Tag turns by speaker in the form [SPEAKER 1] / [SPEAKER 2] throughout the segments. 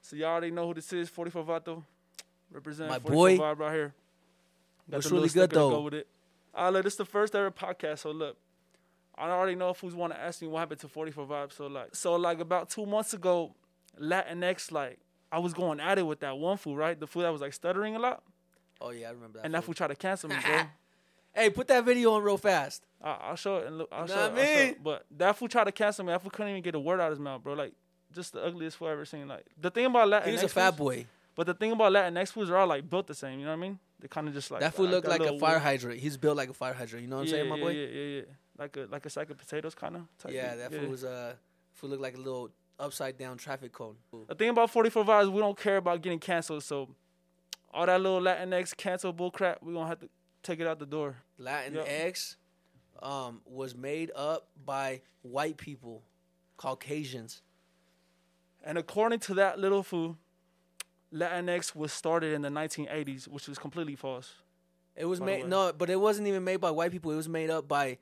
[SPEAKER 1] So y'all already know who this is. 44 Vato. Represent
[SPEAKER 2] My
[SPEAKER 1] 44
[SPEAKER 2] boy.
[SPEAKER 1] Vibe right here.
[SPEAKER 2] What's
[SPEAKER 1] the little
[SPEAKER 2] really good,
[SPEAKER 1] sticker to Go
[SPEAKER 2] though?
[SPEAKER 1] with it. Uh, look, this is the first ever podcast, so look. I already know if who's want to ask me what happened to 44 Vibe. So like, so like about two months ago, Latinx, like I was going at it with that one fool, right? The fool that was like stuttering a lot,
[SPEAKER 2] Oh yeah, I remember that.
[SPEAKER 1] and that fool
[SPEAKER 2] fool.
[SPEAKER 1] tried to cancel me, bro.
[SPEAKER 2] hey, put that video on real fast.
[SPEAKER 1] I, I'll show it and look. I'll
[SPEAKER 2] Nah,
[SPEAKER 1] show it. I'll show
[SPEAKER 2] man.
[SPEAKER 1] it. But that fool tried to cancel me. That fool couldn't even get a word out of his mouth, bro. Like just the ugliest fool I ever seen. Like the thing about Latinx,
[SPEAKER 2] He was a fat
[SPEAKER 1] fools-
[SPEAKER 2] boy.
[SPEAKER 1] But the thing about Latinx fools are all like built the same. You know what I mean? They kind of just like
[SPEAKER 2] That fool
[SPEAKER 1] I
[SPEAKER 2] looked
[SPEAKER 1] got
[SPEAKER 2] like a
[SPEAKER 1] little
[SPEAKER 2] fire
[SPEAKER 1] weird-
[SPEAKER 2] hydrant. He's built like a fire hydrant. You know what I'm
[SPEAKER 1] yeah,
[SPEAKER 2] saying, my
[SPEAKER 1] yeah,
[SPEAKER 2] boy?
[SPEAKER 1] Yeah, yeah, yeah. Like a like a sack of potatoes kind of.
[SPEAKER 2] Yeah, that fool was uh, fool looked like a little upside down traffic cone.
[SPEAKER 1] The thing about 44 Vibes, we don't care about getting canceled. So all that little Latinx cancel bullcrap, we're going to have to take it out the door.
[SPEAKER 2] Latin
[SPEAKER 1] Yep.
[SPEAKER 2] X, um, was made up by white people, Caucasians.
[SPEAKER 1] And according to that little fool, Latinx was started in the 1980s, which is completely false.
[SPEAKER 2] It was
[SPEAKER 1] By the
[SPEAKER 2] made
[SPEAKER 1] way.
[SPEAKER 2] no, but it wasn't even made by white people. It was made up by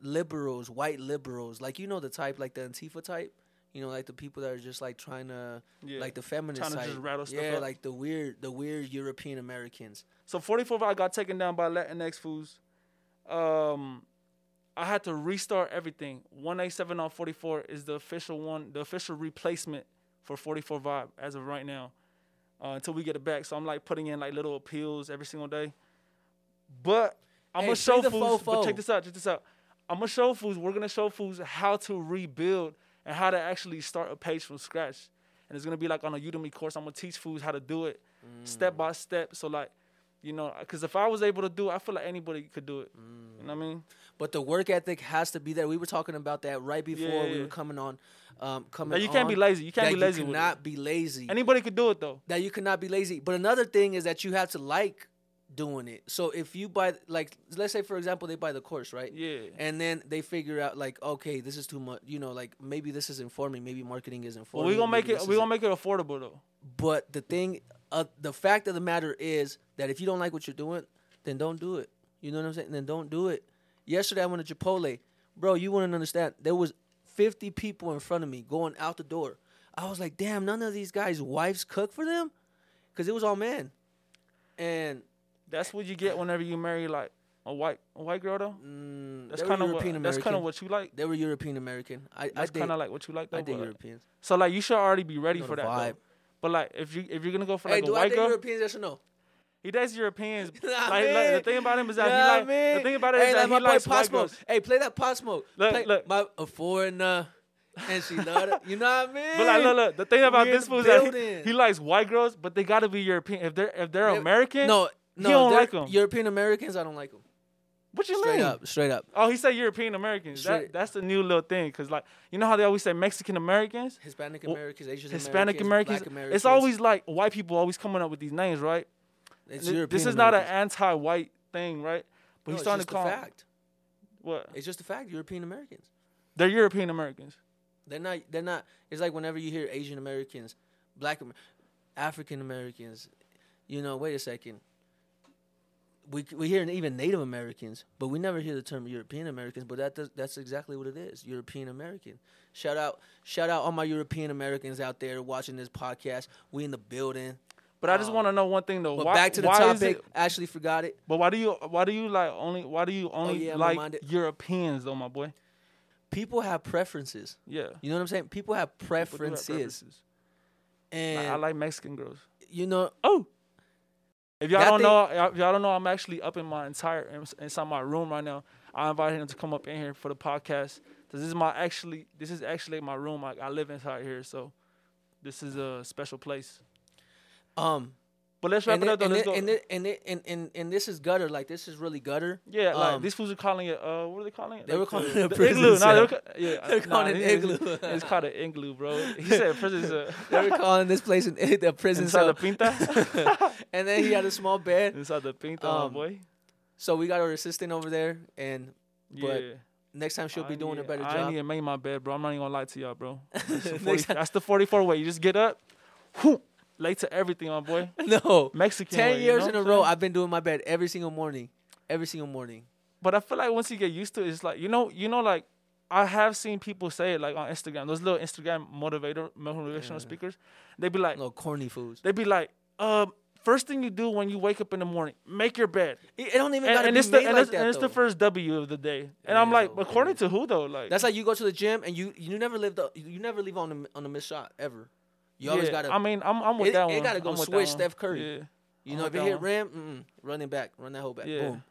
[SPEAKER 2] liberals, white liberals, like you know the type, like the Antifa type. You know, like the people that are just like trying to,
[SPEAKER 1] Yeah.
[SPEAKER 2] like the feminist
[SPEAKER 1] Trying to
[SPEAKER 2] type.
[SPEAKER 1] just rattle stuff
[SPEAKER 2] yeah,
[SPEAKER 1] up.
[SPEAKER 2] like the weird, the weird European Americans.
[SPEAKER 1] So 44 Vibe got taken down by Latinx fools. Um, I had to restart everything. 187 on 44 oh is the official one, the official replacement for 44 Vibe as of right now. Uh, until we get it back. So I'm like putting in like little appeals every single day. But I'm
[SPEAKER 2] Hey,
[SPEAKER 1] gonna
[SPEAKER 2] free
[SPEAKER 1] show
[SPEAKER 2] the
[SPEAKER 1] fools. But
[SPEAKER 2] fofo.
[SPEAKER 1] check this out, check this out. I'm gonna show fools, we're gonna show fools how to rebuild and how to actually start a page from scratch. And it's gonna be like on a Udemy course. I'm gonna teach fools how to do it
[SPEAKER 2] Mm.
[SPEAKER 1] step by step. So like, you know, because if I was able to do it, I feel like anybody could do it. You know what I mean?
[SPEAKER 2] But the work ethic has to be there. We were talking about that right before
[SPEAKER 1] Yeah,
[SPEAKER 2] we
[SPEAKER 1] yeah.
[SPEAKER 2] were coming on. Um, coming.
[SPEAKER 1] That you can't be
[SPEAKER 2] on,
[SPEAKER 1] lazy. You can't
[SPEAKER 2] that
[SPEAKER 1] be lazy
[SPEAKER 2] You
[SPEAKER 1] with it.
[SPEAKER 2] cannot be lazy.
[SPEAKER 1] Anybody could do it though.
[SPEAKER 2] that you cannot be lazy. But another thing is that you have to like doing it. So if you buy, like, let's say for example, they buy the course, right?
[SPEAKER 1] Yeah.
[SPEAKER 2] And then they figure out, like, okay, this is too much. You know, like maybe this isn't for me. Maybe marketing isn't for
[SPEAKER 1] But
[SPEAKER 2] me.
[SPEAKER 1] we gonna make
[SPEAKER 2] maybe
[SPEAKER 1] it.
[SPEAKER 2] this
[SPEAKER 1] We
[SPEAKER 2] isn't-
[SPEAKER 1] gonna make it affordable though.
[SPEAKER 2] But the thing, uh, the fact of the matter is that if you don't like what you're doing, then don't do it. You know what I'm saying? Then don't do it. Yesterday I went to Chipotle, bro. You wouldn't understand. There was 50 people in front of me going out the door. I was like, damn, none of these guys' wives cook for them, because it was all men. And
[SPEAKER 1] That's what you get whenever you marry like a white a white girl though.
[SPEAKER 2] mm,
[SPEAKER 1] That's
[SPEAKER 2] they were
[SPEAKER 1] kind of
[SPEAKER 2] European
[SPEAKER 1] what, that's kind of
[SPEAKER 2] American.
[SPEAKER 1] what you like.
[SPEAKER 2] They were European American. I, I
[SPEAKER 1] That's
[SPEAKER 2] did.
[SPEAKER 1] kind of like what you like though.
[SPEAKER 2] I did
[SPEAKER 1] but-
[SPEAKER 2] Europeans.
[SPEAKER 1] So like you should already be ready
[SPEAKER 2] Know
[SPEAKER 1] for
[SPEAKER 2] the
[SPEAKER 1] that. Though.
[SPEAKER 2] vibe.
[SPEAKER 1] But like if you if you're gonna go for
[SPEAKER 2] hey,
[SPEAKER 1] like
[SPEAKER 2] do
[SPEAKER 1] a
[SPEAKER 2] I
[SPEAKER 1] white
[SPEAKER 2] date
[SPEAKER 1] girl,
[SPEAKER 2] Europeans? Yes or no?
[SPEAKER 1] he dates Europeans.
[SPEAKER 2] Nah,
[SPEAKER 1] like,
[SPEAKER 2] man.
[SPEAKER 1] like, the thing about him is that
[SPEAKER 2] Nah,
[SPEAKER 1] he like
[SPEAKER 2] man.
[SPEAKER 1] the thing about it is
[SPEAKER 2] hey,
[SPEAKER 1] that
[SPEAKER 2] like
[SPEAKER 1] he
[SPEAKER 2] my boy
[SPEAKER 1] likes
[SPEAKER 2] Pop
[SPEAKER 1] white
[SPEAKER 2] Smoke.
[SPEAKER 1] girls.
[SPEAKER 2] Hey, play that Pop Smoke.
[SPEAKER 1] Look,
[SPEAKER 2] play
[SPEAKER 1] look.
[SPEAKER 2] My, a foreigner, and she loved it. You know what I mean?
[SPEAKER 1] But like, look, look, the thing about
[SPEAKER 2] We in
[SPEAKER 1] this
[SPEAKER 2] the
[SPEAKER 1] fool is that
[SPEAKER 2] building.
[SPEAKER 1] he, he likes white girls, but they gotta be European. If they're if they're
[SPEAKER 2] They-
[SPEAKER 1] American,
[SPEAKER 2] No, no,
[SPEAKER 1] he don't
[SPEAKER 2] they're
[SPEAKER 1] like them.
[SPEAKER 2] European Americans, I don't like them.
[SPEAKER 1] What you
[SPEAKER 2] Straight
[SPEAKER 1] mean?
[SPEAKER 2] up, straight up.
[SPEAKER 1] Oh, he said European Americans. That,
[SPEAKER 2] Straight-
[SPEAKER 1] that's the new little thing, cause like you know how they always say Mexican Americans,
[SPEAKER 2] Hispanic
[SPEAKER 1] Well,
[SPEAKER 2] Americans, Asian
[SPEAKER 1] Hispanic Americans.
[SPEAKER 2] Americans, Black
[SPEAKER 1] It's
[SPEAKER 2] Americans.
[SPEAKER 1] always like white people always coming up with these names, right?
[SPEAKER 2] it's
[SPEAKER 1] Th-
[SPEAKER 2] European
[SPEAKER 1] this is not an
[SPEAKER 2] Americans.
[SPEAKER 1] anti-white thing, right? But
[SPEAKER 2] No,
[SPEAKER 1] he's
[SPEAKER 2] it's
[SPEAKER 1] starting
[SPEAKER 2] just
[SPEAKER 1] to
[SPEAKER 2] a
[SPEAKER 1] call 'em-
[SPEAKER 2] fact.
[SPEAKER 1] what?
[SPEAKER 2] It's just a fact. European Americans.
[SPEAKER 1] They're European Americans.
[SPEAKER 2] They're not. They're not. It's like whenever you hear Asian Americans, Black, Amer- African Americans. You know, wait a second. We we hear even Native Americans, but we never hear the term European Americans. But that does, that's exactly what it is. European American. Shout out, shout out all my European Americans out there watching this podcast. We in the building.
[SPEAKER 1] But I just
[SPEAKER 2] Um,
[SPEAKER 1] want to know one thing though.
[SPEAKER 2] But
[SPEAKER 1] why,
[SPEAKER 2] back to the
[SPEAKER 1] why is
[SPEAKER 2] topic.
[SPEAKER 1] it-
[SPEAKER 2] Actually, forgot it.
[SPEAKER 1] but why do you why do you like only why do you only
[SPEAKER 2] Oh, yeah, I'm
[SPEAKER 1] like
[SPEAKER 2] reminded.
[SPEAKER 1] Europeans though, my boy?
[SPEAKER 2] People have preferences.
[SPEAKER 1] Yeah.
[SPEAKER 2] You know what I'm saying? People have
[SPEAKER 1] People do have
[SPEAKER 2] preferences,
[SPEAKER 1] preferences.
[SPEAKER 2] and
[SPEAKER 1] Like, I like Mexican girls.
[SPEAKER 2] you know
[SPEAKER 1] Oh. If y'all
[SPEAKER 2] That
[SPEAKER 1] don't know, if y'all don't know, I'm actually up in my entire inside my room right now. I invited him to come up in here for the podcast. This is my actually this is actually my room. I, I live inside here, so this is a special place.
[SPEAKER 2] um.
[SPEAKER 1] But let's wrap
[SPEAKER 2] and
[SPEAKER 1] it
[SPEAKER 2] it-
[SPEAKER 1] up though.
[SPEAKER 2] and
[SPEAKER 1] Let's
[SPEAKER 2] it-
[SPEAKER 1] go.
[SPEAKER 2] and it- and it- and and and this is gutter. Like this is really gutter.
[SPEAKER 1] Yeah, like
[SPEAKER 2] Um,
[SPEAKER 1] these fools are calling it. Uh, what are they calling it?
[SPEAKER 2] They
[SPEAKER 1] Like
[SPEAKER 2] were calling
[SPEAKER 1] the-
[SPEAKER 2] it a
[SPEAKER 1] the
[SPEAKER 2] prison
[SPEAKER 1] igloo. Nah, they were,
[SPEAKER 2] cell.
[SPEAKER 1] ca- yeah, nah,
[SPEAKER 2] They're calling it
[SPEAKER 1] it's-
[SPEAKER 2] igloo.
[SPEAKER 1] It's, it's called an igloo, bro. He said prison cell.
[SPEAKER 2] they were calling this place an a prison
[SPEAKER 1] inside the
[SPEAKER 2] cell.
[SPEAKER 1] pinta.
[SPEAKER 2] and then he had a small bed.
[SPEAKER 1] inside the pinta, my
[SPEAKER 2] Um,
[SPEAKER 1] boy.
[SPEAKER 2] So we got our assistant over there, and but
[SPEAKER 1] Yeah.
[SPEAKER 2] next time she'll
[SPEAKER 1] I
[SPEAKER 2] be doing
[SPEAKER 1] need,
[SPEAKER 2] a better
[SPEAKER 1] I
[SPEAKER 2] job.
[SPEAKER 1] need to make my bed, bro. I'm not even gonna lie to y'all, bro. That's the,
[SPEAKER 2] Next
[SPEAKER 1] 40
[SPEAKER 2] time-
[SPEAKER 1] that's the 44 way. You just get up, whoop, late to everything, my boy.
[SPEAKER 2] no,
[SPEAKER 1] Mexican.
[SPEAKER 2] ten
[SPEAKER 1] way, you
[SPEAKER 2] years
[SPEAKER 1] know
[SPEAKER 2] in
[SPEAKER 1] what
[SPEAKER 2] a
[SPEAKER 1] I'm
[SPEAKER 2] row,
[SPEAKER 1] saying?
[SPEAKER 2] I've been doing my bed every single morning, every single morning.
[SPEAKER 1] But I feel like once you get used to it, it's like you know, you know, like I have seen people say it like on Instagram. Those little Instagram motivator motivational
[SPEAKER 2] Yeah.
[SPEAKER 1] speakers. They be like,
[SPEAKER 2] No corny foods.
[SPEAKER 1] they be like, um, first thing you do when you wake up in the morning, make your bed.
[SPEAKER 2] It, it don't even
[SPEAKER 1] And,
[SPEAKER 2] gotta
[SPEAKER 1] and
[SPEAKER 2] be
[SPEAKER 1] it's the
[SPEAKER 2] made
[SPEAKER 1] and,
[SPEAKER 2] like
[SPEAKER 1] it's,
[SPEAKER 2] that,
[SPEAKER 1] and it's the
[SPEAKER 2] though.
[SPEAKER 1] first W of the day. And
[SPEAKER 2] Yeah,
[SPEAKER 1] I'm like,
[SPEAKER 2] though.
[SPEAKER 1] according to who though? Like
[SPEAKER 2] That's like you go to the gym and you you never live the you never leave on the on the missed shot ever. You always
[SPEAKER 1] yeah,
[SPEAKER 2] gotta
[SPEAKER 1] I mean, I'm I'm with
[SPEAKER 2] it-
[SPEAKER 1] that
[SPEAKER 2] it
[SPEAKER 1] one.
[SPEAKER 2] gotta go
[SPEAKER 1] I'm with that
[SPEAKER 2] switch
[SPEAKER 1] one.
[SPEAKER 2] Steph Curry.
[SPEAKER 1] Yeah.
[SPEAKER 2] you
[SPEAKER 1] I'm
[SPEAKER 2] know if
[SPEAKER 1] with
[SPEAKER 2] it
[SPEAKER 1] that
[SPEAKER 2] hit
[SPEAKER 1] one.
[SPEAKER 2] rim, mm-mm, running back, run that whole back,
[SPEAKER 1] Yeah.
[SPEAKER 2] boom.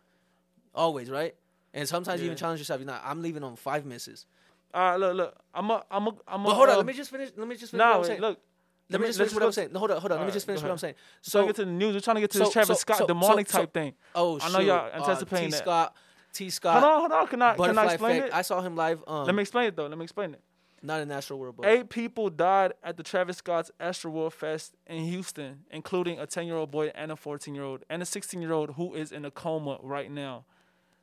[SPEAKER 2] Always right. And sometimes you even
[SPEAKER 1] Yeah.
[SPEAKER 2] challenge yourself. You're not. I'm leaving on five misses.
[SPEAKER 1] All right, look, look. I'm a, I'm a, I'm a.
[SPEAKER 2] But hold on.
[SPEAKER 1] um,
[SPEAKER 2] Let me just finish. Let me just finish.
[SPEAKER 1] nah,
[SPEAKER 2] what I'm
[SPEAKER 1] wait,
[SPEAKER 2] saying.
[SPEAKER 1] look.
[SPEAKER 2] let, me just finish what I'm saying. No, hold on. Hold on. Let me
[SPEAKER 1] Alright,
[SPEAKER 2] just finish
[SPEAKER 1] go
[SPEAKER 2] what I'm
[SPEAKER 1] ahead.
[SPEAKER 2] saying.
[SPEAKER 1] So,
[SPEAKER 2] So
[SPEAKER 1] get to the news. We're trying to get to this
[SPEAKER 2] so-
[SPEAKER 1] Travis
[SPEAKER 2] so-
[SPEAKER 1] Scott
[SPEAKER 2] so- so-
[SPEAKER 1] demonic
[SPEAKER 2] so-
[SPEAKER 1] type thing.
[SPEAKER 2] oh,
[SPEAKER 1] I know y'all
[SPEAKER 2] shoot. Uh,
[SPEAKER 1] anticipating
[SPEAKER 2] T
[SPEAKER 1] that.
[SPEAKER 2] Scott. T Scott.
[SPEAKER 1] Hold on, hold on. Can I can I
[SPEAKER 2] Butterfly
[SPEAKER 1] explain
[SPEAKER 2] effect.
[SPEAKER 1] it?
[SPEAKER 2] I saw him live. Um,
[SPEAKER 1] Let me explain it though. Let me explain it.
[SPEAKER 2] not in natural world, but
[SPEAKER 1] Eight people died at the Travis Scott's Astroworld Fest in Houston, including a 10-year-old boy and a 14-year-old and a 16-year-old who is in a coma right now.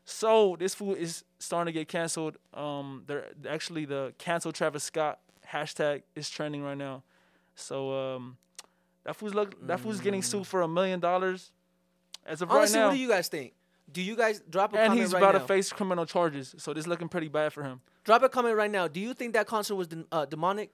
[SPEAKER 1] So this food is starting to get canceled. Um, they're actually the cancel Travis Scott hashtag is trending right now. So um, that food's look, that food's getting sued for a million dollars as of
[SPEAKER 2] honestly,
[SPEAKER 1] right now,
[SPEAKER 2] what do you guys think? Do you guys drop a
[SPEAKER 1] and
[SPEAKER 2] comment
[SPEAKER 1] he's
[SPEAKER 2] right
[SPEAKER 1] about
[SPEAKER 2] now?
[SPEAKER 1] to face criminal charges. So this is looking pretty bad for him.
[SPEAKER 2] Drop a comment right now. Do you think that concert was de- uh, demonic?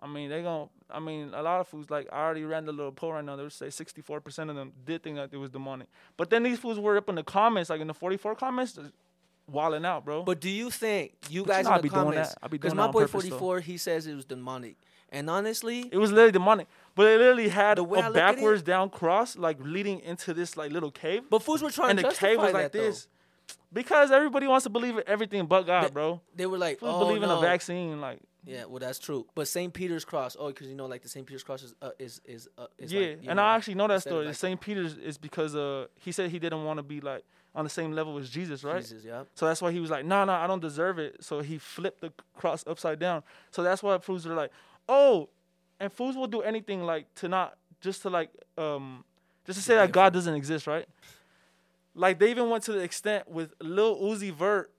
[SPEAKER 1] I mean, they gon' I mean, a lot of fools like I already ran the little poll right now. They would say 64% of them did think that it was demonic. But then these fools were up in the comments, like in the 44 comments, just wilding out, bro.
[SPEAKER 2] But do you think you
[SPEAKER 1] you
[SPEAKER 2] guys
[SPEAKER 1] know
[SPEAKER 2] in
[SPEAKER 1] I
[SPEAKER 2] the
[SPEAKER 1] be doing that.
[SPEAKER 2] comments?
[SPEAKER 1] I be
[SPEAKER 2] Because
[SPEAKER 1] doing
[SPEAKER 2] my
[SPEAKER 1] that on
[SPEAKER 2] boy
[SPEAKER 1] purpose, though.
[SPEAKER 2] 44, he says it was demonic, and honestly,
[SPEAKER 1] it was literally demonic. But they literally had
[SPEAKER 2] The way I
[SPEAKER 1] a
[SPEAKER 2] look at it-
[SPEAKER 1] backwards down cross, like leading into this like little cave.
[SPEAKER 2] but fools were trying
[SPEAKER 1] and
[SPEAKER 2] to
[SPEAKER 1] the
[SPEAKER 2] justify
[SPEAKER 1] cave was
[SPEAKER 2] that,
[SPEAKER 1] like
[SPEAKER 2] though.
[SPEAKER 1] this. Because everybody wants to believe in everything but God,
[SPEAKER 2] That-
[SPEAKER 1] bro.
[SPEAKER 2] They were like,
[SPEAKER 1] Fools
[SPEAKER 2] "Oh
[SPEAKER 1] believe
[SPEAKER 2] no,
[SPEAKER 1] in a vaccine, like
[SPEAKER 2] yeah, well that's true." But St. Peter's Cross, oh, because you know, like the St. Peter's Cross is uh, is is, uh, is
[SPEAKER 1] yeah,
[SPEAKER 2] like, you
[SPEAKER 1] and I
[SPEAKER 2] know,
[SPEAKER 1] actually know that
[SPEAKER 2] instead of,
[SPEAKER 1] story.
[SPEAKER 2] like,
[SPEAKER 1] St. Peter's is because uh he said he didn't want to be like on the same level as Jesus, right?
[SPEAKER 2] Jesus, yeah.
[SPEAKER 1] So that's why he was like, "No, nah, no, nah, I don't deserve it." So he flipped the cross upside down. So that's why fools are like, "Oh," and fools will do anything like to not just to like um just to say that God doesn't exist, right? Like they even went to the extent with Lil Uzi Vert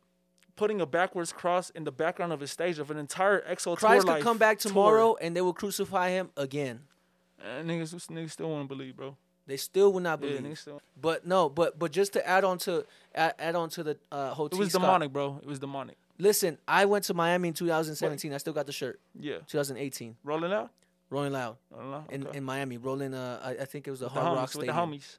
[SPEAKER 1] putting a backwards cross in the background of his stage of an entire EXO tour.
[SPEAKER 2] Christ could
[SPEAKER 1] life
[SPEAKER 2] come back
[SPEAKER 1] tour.
[SPEAKER 2] tomorrow, and they will crucify him again.
[SPEAKER 1] And niggas, niggas still want to believe, bro.
[SPEAKER 2] They still would not
[SPEAKER 1] Yeah,
[SPEAKER 2] believe.
[SPEAKER 1] niggas still.
[SPEAKER 2] But no, but but just to add on to add, add on to the uh, whole
[SPEAKER 1] It was
[SPEAKER 2] T-Scott-
[SPEAKER 1] demonic, bro. It was demonic.
[SPEAKER 2] Listen, I went to Miami in 2017. I still got the shirt.
[SPEAKER 1] Yeah.
[SPEAKER 2] 2018,
[SPEAKER 1] Rolling out?
[SPEAKER 2] Rolling Loud
[SPEAKER 1] Rolling out.
[SPEAKER 2] in,
[SPEAKER 1] okay.
[SPEAKER 2] in Miami, rolling. Uh, I, I think it was the
[SPEAKER 1] the
[SPEAKER 2] Hard Rock
[SPEAKER 1] homies, with the
[SPEAKER 2] Stadium.
[SPEAKER 1] homies.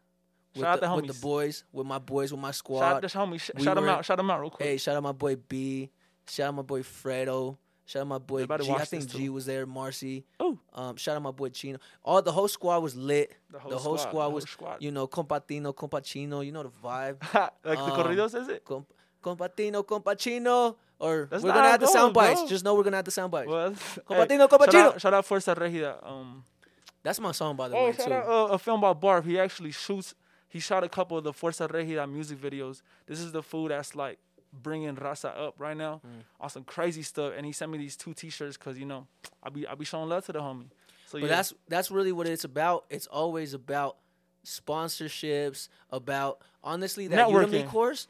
[SPEAKER 2] With
[SPEAKER 1] Shout out
[SPEAKER 2] the,
[SPEAKER 1] the
[SPEAKER 2] with the
[SPEAKER 1] homies.
[SPEAKER 2] boys, with my boys, with my squad.
[SPEAKER 1] Shout out the homies. Sh-
[SPEAKER 2] we
[SPEAKER 1] shout them
[SPEAKER 2] were-
[SPEAKER 1] out. Shout them out real quick.
[SPEAKER 2] hey, shout out my boy B. Shout out my boy Fredo. Shout out my boy
[SPEAKER 1] Everybody
[SPEAKER 2] G. I
[SPEAKER 1] watch this
[SPEAKER 2] think G
[SPEAKER 1] too.
[SPEAKER 2] was there. Marcy.
[SPEAKER 1] Ooh.
[SPEAKER 2] Um, shout out my boy Chino. All the whole squad was lit.
[SPEAKER 1] The
[SPEAKER 2] The whole
[SPEAKER 1] the
[SPEAKER 2] squad
[SPEAKER 1] whole
[SPEAKER 2] was,
[SPEAKER 1] squad.
[SPEAKER 2] you know, compatino, compachino. You know the vibe.
[SPEAKER 1] like the
[SPEAKER 2] um,
[SPEAKER 1] corridos, is it?
[SPEAKER 2] Comp- compatino, compachino. Or
[SPEAKER 1] That's
[SPEAKER 2] we're
[SPEAKER 1] not
[SPEAKER 2] gonna
[SPEAKER 1] how
[SPEAKER 2] have
[SPEAKER 1] it
[SPEAKER 2] the sound
[SPEAKER 1] goes,
[SPEAKER 2] bites.
[SPEAKER 1] bro.
[SPEAKER 2] Just know we're gonna have the sound bites.
[SPEAKER 1] Well,
[SPEAKER 2] Compatino,
[SPEAKER 1] Shout
[SPEAKER 2] compachino.
[SPEAKER 1] out, shout out Fuerza Regida. Um,
[SPEAKER 2] That's my song, by the
[SPEAKER 1] oh,
[SPEAKER 2] way.
[SPEAKER 1] shout
[SPEAKER 2] too.
[SPEAKER 1] out uh, a film by Barb. He actually shoots. He shot a couple of the Fuerza Regida music videos. This is the food that's like bringing Raza up right now
[SPEAKER 2] Mm.
[SPEAKER 1] on some crazy stuff. And he sent me these two T-shirts because you know I be I be showing love to the homie. So
[SPEAKER 2] But
[SPEAKER 1] yeah.
[SPEAKER 2] that's that's really what it's about. It's always about sponsorships, about honestly that Udemy
[SPEAKER 1] Networking.
[SPEAKER 2] course.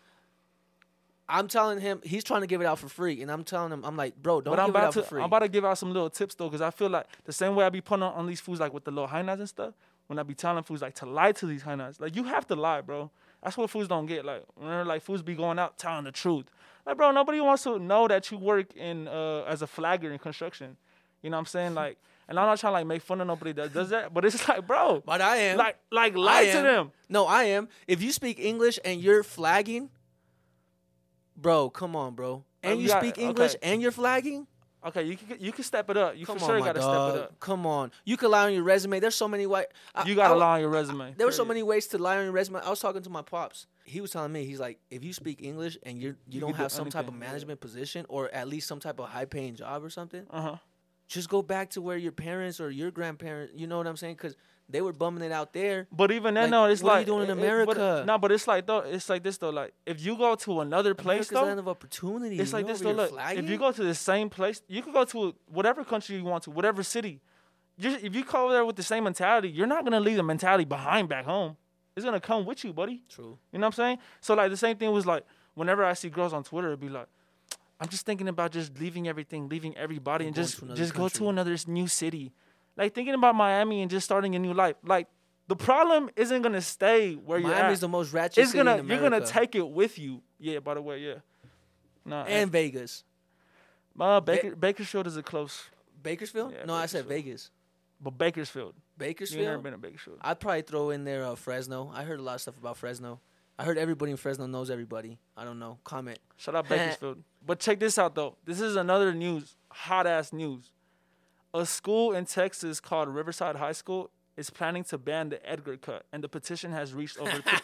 [SPEAKER 2] I'm telling him he's trying to give it out for free, and I'm telling him I'm like, bro, don't
[SPEAKER 1] But I'm
[SPEAKER 2] give it
[SPEAKER 1] about
[SPEAKER 2] out
[SPEAKER 1] to
[SPEAKER 2] for free.
[SPEAKER 1] I'm about to give out some little tips though, because I feel like the same way I be putting on, on these foods like with the little hyenas and stuff. When I be telling foods like to lie to these hyenas, like you have to lie, bro. That's what foods don't get. Like whenever like foods be going out telling the truth, like bro, nobody wants to know that you work in uh, as a flagger in construction. You know what I'm saying? Like, and I'm not trying to like make fun of nobody that does that, but it's like, bro,
[SPEAKER 2] but I am
[SPEAKER 1] like like
[SPEAKER 2] I
[SPEAKER 1] lie to
[SPEAKER 2] am.
[SPEAKER 1] them.
[SPEAKER 2] No, I am. If you speak English and you're flagging, bro, come on, bro. And
[SPEAKER 1] we
[SPEAKER 2] you
[SPEAKER 1] Oh, got-
[SPEAKER 2] speak
[SPEAKER 1] okay.
[SPEAKER 2] English and you're flagging.
[SPEAKER 1] Okay, you can you can step it up. You
[SPEAKER 2] Come
[SPEAKER 1] for sure
[SPEAKER 2] on, my
[SPEAKER 1] gotta
[SPEAKER 2] dog.
[SPEAKER 1] step it up.
[SPEAKER 2] Come on. You could lie on your resume. There's so many white. I-
[SPEAKER 1] You gotta
[SPEAKER 2] I-
[SPEAKER 1] lie on your resume.
[SPEAKER 2] There were so
[SPEAKER 1] period.
[SPEAKER 2] many ways to lie on your resume. I was talking to my pops. He was telling me he's like, if you speak English and you're, you
[SPEAKER 1] You
[SPEAKER 2] don't
[SPEAKER 1] can do
[SPEAKER 2] have some type of
[SPEAKER 1] anything, yeah.
[SPEAKER 2] management position or at least some type of high paying job or something,
[SPEAKER 1] Uh-huh.
[SPEAKER 2] just go back to where your parents or your grandparents. You know what I'm saying? Because they were bumming it out there.
[SPEAKER 1] But even then,
[SPEAKER 2] Like,
[SPEAKER 1] though, it's
[SPEAKER 2] what are you
[SPEAKER 1] like
[SPEAKER 2] doing in America?
[SPEAKER 1] No, but it's like though, it's like this though. Like if you go to another place
[SPEAKER 2] America's land
[SPEAKER 1] though,
[SPEAKER 2] of opportunity.
[SPEAKER 1] it's
[SPEAKER 2] You
[SPEAKER 1] like
[SPEAKER 2] know,
[SPEAKER 1] this
[SPEAKER 2] over
[SPEAKER 1] though.
[SPEAKER 2] here
[SPEAKER 1] Look, if you
[SPEAKER 2] flagging?
[SPEAKER 1] go to the same place, you could go to whatever country you want to, whatever city. You if you go there with the same mentality, you're not gonna leave the mentality behind back home. It's gonna come with you, buddy.
[SPEAKER 2] True.
[SPEAKER 1] You know what I'm saying? So like the same thing was like whenever I see girls on Twitter, it'd be like, I'm just thinking about just leaving everything, leaving everybody, and
[SPEAKER 2] going
[SPEAKER 1] just
[SPEAKER 2] to another
[SPEAKER 1] just go
[SPEAKER 2] country.
[SPEAKER 1] to another s- new city. Like thinking about Miami and just starting a new life. Like the problem isn't gonna stay where you're
[SPEAKER 2] Miami's
[SPEAKER 1] at.
[SPEAKER 2] the most ratchet
[SPEAKER 1] it's
[SPEAKER 2] city in
[SPEAKER 1] gonna you're gonna
[SPEAKER 2] America.
[SPEAKER 1] take it with you. Yeah. By the way, yeah. Nah,
[SPEAKER 2] and Vegas.
[SPEAKER 1] uh, Baker, Bakersfield is a close,
[SPEAKER 2] Bakersfield?
[SPEAKER 1] Yeah,
[SPEAKER 2] no, I said Vegas.
[SPEAKER 1] but Bakersfield. You ain't never
[SPEAKER 2] Bakersfield.
[SPEAKER 1] been to Bakersfield.
[SPEAKER 2] I'd probably throw in there uh, Fresno. I heard a lot of stuff about Fresno. I heard everybody in Fresno knows everybody. I don't know. Comment.
[SPEAKER 1] Shout out Bakersfield. but check this out though. This is another news, hot ass news. A school in Texas called Riverside High School is planning to ban the Edgar cut, and the petition has reached over th-